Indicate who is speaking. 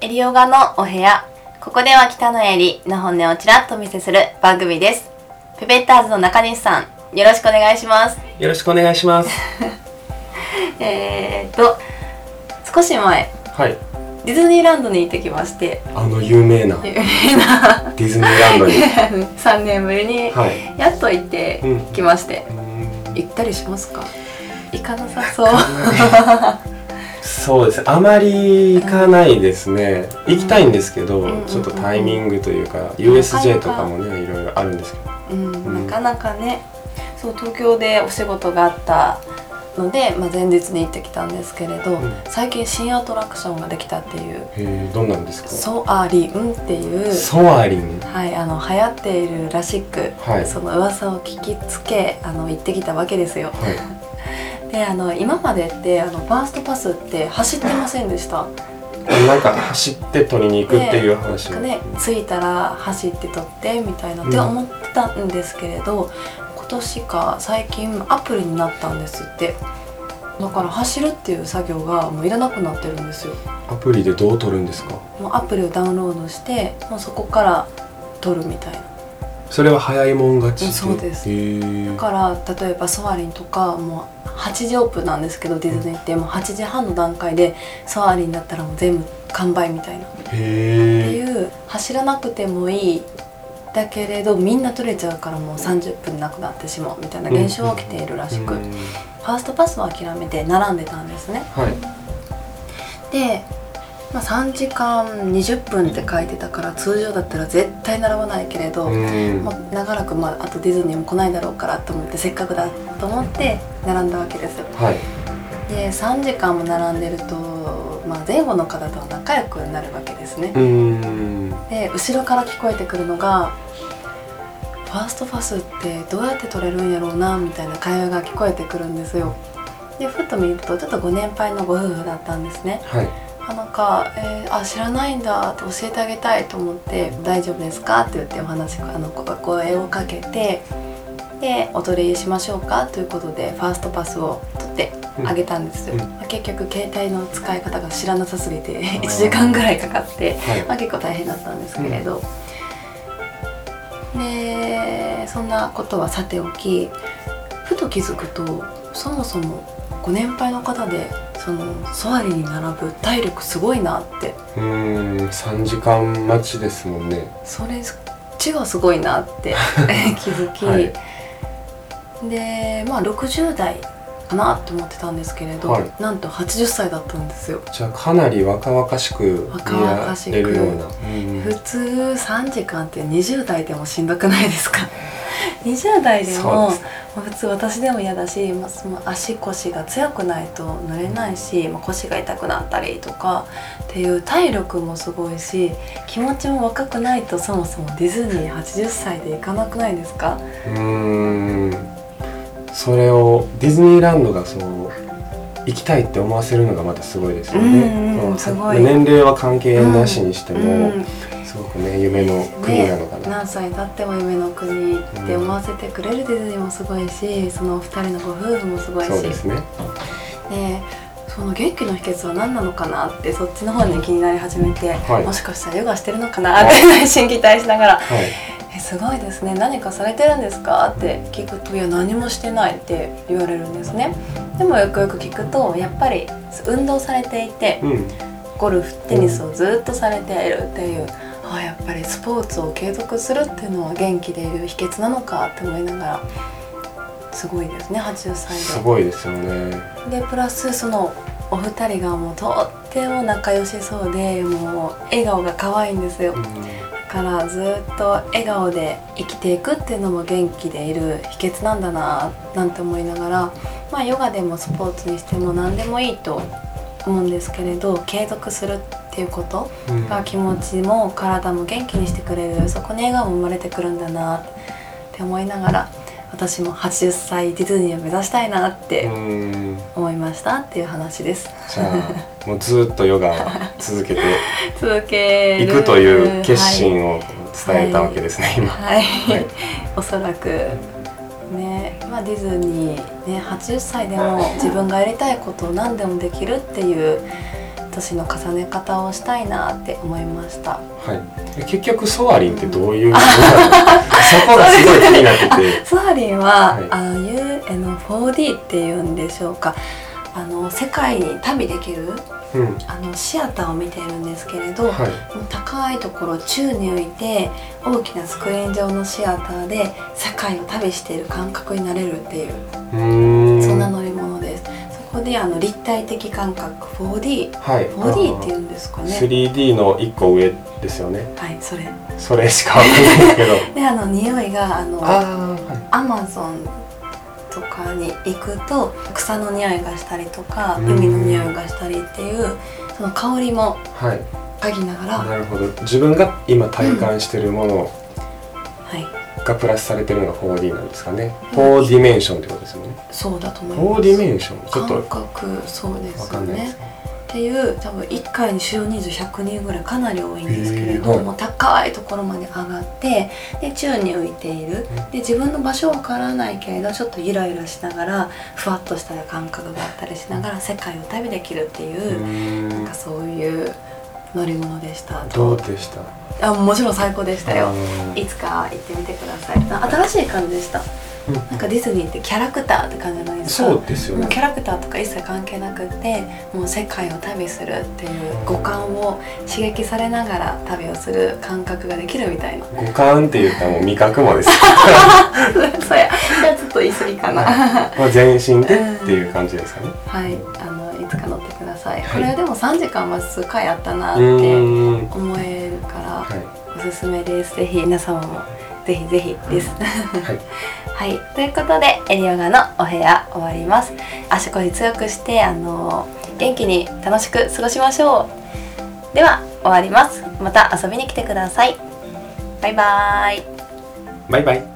Speaker 1: エリオガのお部屋ここでは北のエリの本音をちらっとお見せする番組ですペペッターズの中西さんよろしくお願いします
Speaker 2: よろしくお願いします。
Speaker 1: えーっと少し前
Speaker 2: はい。
Speaker 1: ディズニーランドに行ってきまして
Speaker 2: あの有名なデ
Speaker 1: 有名な
Speaker 2: ィズニーラ ンドに。
Speaker 1: 3年ぶりに
Speaker 2: はい。
Speaker 1: やっと行ってきまして、
Speaker 2: うん
Speaker 1: 行ったりしますか行かなさそう
Speaker 2: そうですね。あまり行かないですね。行きたいんですけ
Speaker 1: うん
Speaker 2: ど、ちょっとタイミングというか、USJ とかもね、いろいろあるんですけど。
Speaker 1: うん、なかなかねそう東京でお仕事があったので、まあ、前日に行ってきたんですけれど、
Speaker 2: ん
Speaker 1: 最近新アトラクションができたっていう
Speaker 2: へえ、どんなんで
Speaker 1: 「
Speaker 2: すか。
Speaker 1: ソアリン」っていう、
Speaker 2: ソアリン。
Speaker 1: はい、あの流行っているらしく、
Speaker 2: はい
Speaker 1: その噂を聞きつけあの行ってきたわけですよ。
Speaker 2: はい。
Speaker 1: であの今までってあのファーストパスって走ってませんでした。
Speaker 2: なんか走って取りに行くっていう話を。
Speaker 1: ね、着いたら走って撮ってみたいなって思ってたんですけれど、今年か最近アプリになったんですってだから走るっていう作業がもういらなくなってるんですよ
Speaker 2: アプリでどう取るんですか。
Speaker 1: もうアプリをダウンロードしてもうそこから撮るみたいな
Speaker 2: それは早いもん勝ちってい。
Speaker 1: そうです
Speaker 2: へえ。
Speaker 1: だから例えばソアリンとかもう8時オープンなんですけどディズニーってもう8時半の段階でソアリンだったらもう全部完売みたいなって
Speaker 2: へえ。
Speaker 1: いう走らなくてもいいだけれどみんな取れちゃうからもう30分なくなってしまうみたいな現象が起きているらしく、
Speaker 2: うん
Speaker 1: ファーストパスは諦めて並んでたんですね
Speaker 2: はい。
Speaker 1: で、まあ、3時間20分って書いてたから通常だったら絶対並ばないけれど、
Speaker 2: うん
Speaker 1: まあ長らく、まあ、あとディズニーも来ないだろうからと思ってせっかくだと思って並んだわけですよ
Speaker 2: はい。
Speaker 1: で3時間も並んでると、まあ、前後の方とは仲良くなるわけですね
Speaker 2: うーん。
Speaker 1: で後ろから聞こえてくるのが「ファーストパスってどうやって取れるんやろうな」みたいな会話が聞こえてくるんですよでふっと見るとちょっとご年配のご夫婦だったんですね
Speaker 2: はい。
Speaker 1: あなんか「えーあ知らないんだ」って教えてあげたいと思って「大丈夫ですか?」って言ってお話あのこ声をかけてで「お取りしましょうか?」ということでファーストパスを取ってあげたんですよ、
Speaker 2: うん
Speaker 1: 結局携帯の使い方が知らなさすぎて1時間ぐらいかかって
Speaker 2: はい。
Speaker 1: まあ、結構大変だったんですけれど、でそんなことはさておきふと気づくとそもそもご年配の方でそのソアリに並ぶ体力すごいなって
Speaker 2: うーん、三時間待ちですもんね。
Speaker 1: それちがすごいなって 気づき、
Speaker 2: はい
Speaker 1: でまあ60代かなと思ってたんですけれど、
Speaker 2: はい
Speaker 1: なんと80歳だったんですよ。
Speaker 2: じゃあかなり若々しく
Speaker 1: 若
Speaker 2: 見
Speaker 1: 々
Speaker 2: ら
Speaker 1: しく
Speaker 2: れるような。
Speaker 1: 普通3時間って20代でもしんどくないです か20代でも
Speaker 2: そうです
Speaker 1: まあ普通私でも嫌だし、まあ、その足腰が強くないと乗れないし、まあ、腰が痛くなったりとかっていう体力もすごいし気持ちも若くないとそもそもディズニー80歳で行かなくないですか
Speaker 2: うん。うーん。それをディズニーランドがそう。行きたいって思わせるのがまたすごいですよね。
Speaker 1: うんうん
Speaker 2: まあ
Speaker 1: すごい
Speaker 2: 年齢は関係なしにしても、
Speaker 1: うん
Speaker 2: すごくね夢の国なのか
Speaker 1: ね
Speaker 2: な。
Speaker 1: 何歳だっても夢の国って思わせてくれるディズニーもすごいしそのお二人のご夫婦もすごいし
Speaker 2: そうですね。
Speaker 1: でその元気の秘訣は何なのかなってそっちの方に気になり始めて、
Speaker 2: はい
Speaker 1: もしかしたらヨガしてるのかな って内心期待しながら
Speaker 2: はい。
Speaker 1: 「えすごいですね何かされてるんですか?」って聞くと「いや何もしてない」って言われるんですねでもよくよく聞くとやっぱり運動されていて
Speaker 2: うん。
Speaker 1: ゴルフテニスをずっとされているっていう。あやっぱりスポーツを継続するっていうのは元気でいる秘訣なのかって思いながらすごいですね80歳です
Speaker 2: ごいですよね。
Speaker 1: でプラスそのお二人がもうとっても仲良しそうでもう笑顔が可愛いんですよだからずっと笑顔で生きていくっていうのも元気でいる秘訣なんだななんて思いながらまあヨガでもスポーツにしても何でもいいと思うんですけれど継続するっていうこと
Speaker 2: うん。うん
Speaker 1: が気持ちも体も元気にしてくれるそこに笑顔も生まれてくるんだなって思いながら私も80歳ディズニーを目指したいなって
Speaker 2: うん
Speaker 1: 思いましたっていう話です
Speaker 2: じゃあもうずっとヨガを続けて
Speaker 1: 続け
Speaker 2: い
Speaker 1: る
Speaker 2: くという決心を伝えたわけですね、今。
Speaker 1: はい、はい
Speaker 2: はい
Speaker 1: おそらくねまあディズニーね80歳でも自分がやりたいことを何でもできるっていう年の重ね方をしたいなって思いました
Speaker 2: はい、結局ソアリンってどういうものなのそこがすごい気になってて
Speaker 1: ソアリンは、
Speaker 2: はい
Speaker 1: ああいうえの 4D っていうんでしょうかあの世界に旅できる
Speaker 2: うん
Speaker 1: あのシアターを見ているんですけれど、
Speaker 2: はい
Speaker 1: 高いところ宙に浮いて大きなスクリーン上のシアターで世界を旅している感覚になれるっていう
Speaker 2: うーん
Speaker 1: そんな乗り物ですそこであの立体的感覚 4D4D
Speaker 2: はい
Speaker 1: っていうんですか
Speaker 2: あ
Speaker 1: ね
Speaker 2: 3D の一個上ですよね
Speaker 1: はいそれ
Speaker 2: それしかわかんないですけど
Speaker 1: であの匂いがあの
Speaker 2: ああはい
Speaker 1: アマゾンとかに行くと草の匂いがしたりとか
Speaker 2: うん
Speaker 1: 海の匂いがしたりっていうその香りも
Speaker 2: はい
Speaker 1: 嗅ぎながら、は
Speaker 2: なるほど自分が今体感してるもの
Speaker 1: い、
Speaker 2: がプラスされてるのが 4D なんですかね4ディメンションってことですもんね
Speaker 1: そうだと思います
Speaker 2: 4ディメンションちょっと
Speaker 1: 感覚そうで
Speaker 2: わ
Speaker 1: す
Speaker 2: か
Speaker 1: よ
Speaker 2: んないで
Speaker 1: ね
Speaker 2: すね
Speaker 1: っていう多分1回に収容人数100人ぐらいかなり多いんですけれ
Speaker 2: へー
Speaker 1: ど、
Speaker 2: はい
Speaker 1: もう高いところまで上がってで宙に浮いているで自分の場所はわからないけれどちょっとゆらゆらしながらふわっとした感覚があったりしながら世界を旅できるって
Speaker 2: う
Speaker 1: いう、なん
Speaker 2: ーん
Speaker 1: かそういう乗り物でした
Speaker 2: どうでした
Speaker 1: あもちろん最高でした
Speaker 2: あ
Speaker 1: よ
Speaker 2: ー
Speaker 1: いつか行ってみてくださいあ新しい感じでした
Speaker 2: うん
Speaker 1: なんかディズニーってキャラクターって感じじゃないですか
Speaker 2: そうですよ
Speaker 1: もう
Speaker 2: ね
Speaker 1: キャラクターとか一切関係なくってもう世界を旅するっていう五感を刺激されながら旅をする感覚ができるみたいな
Speaker 2: 五感って言ったらもう味覚もですよ
Speaker 1: そやじゃあちょっと言い過ぎかな は
Speaker 2: まあ全身でっていう感じですかね
Speaker 1: いあのいつか乗ってください、
Speaker 2: はい
Speaker 1: これはでも3時間は数回あったなっ
Speaker 2: う
Speaker 1: て
Speaker 2: ーん
Speaker 1: 思えるから
Speaker 2: は
Speaker 1: おすすめですぜひ皆様もぜひぜひです、
Speaker 2: い、はい、
Speaker 1: はい、ということでエリオガのお部屋終わります足腰強くしてあの元気に楽しく過ごしましょうでは終わりますまた遊びに来てくださいバイバーイ
Speaker 2: バイバイ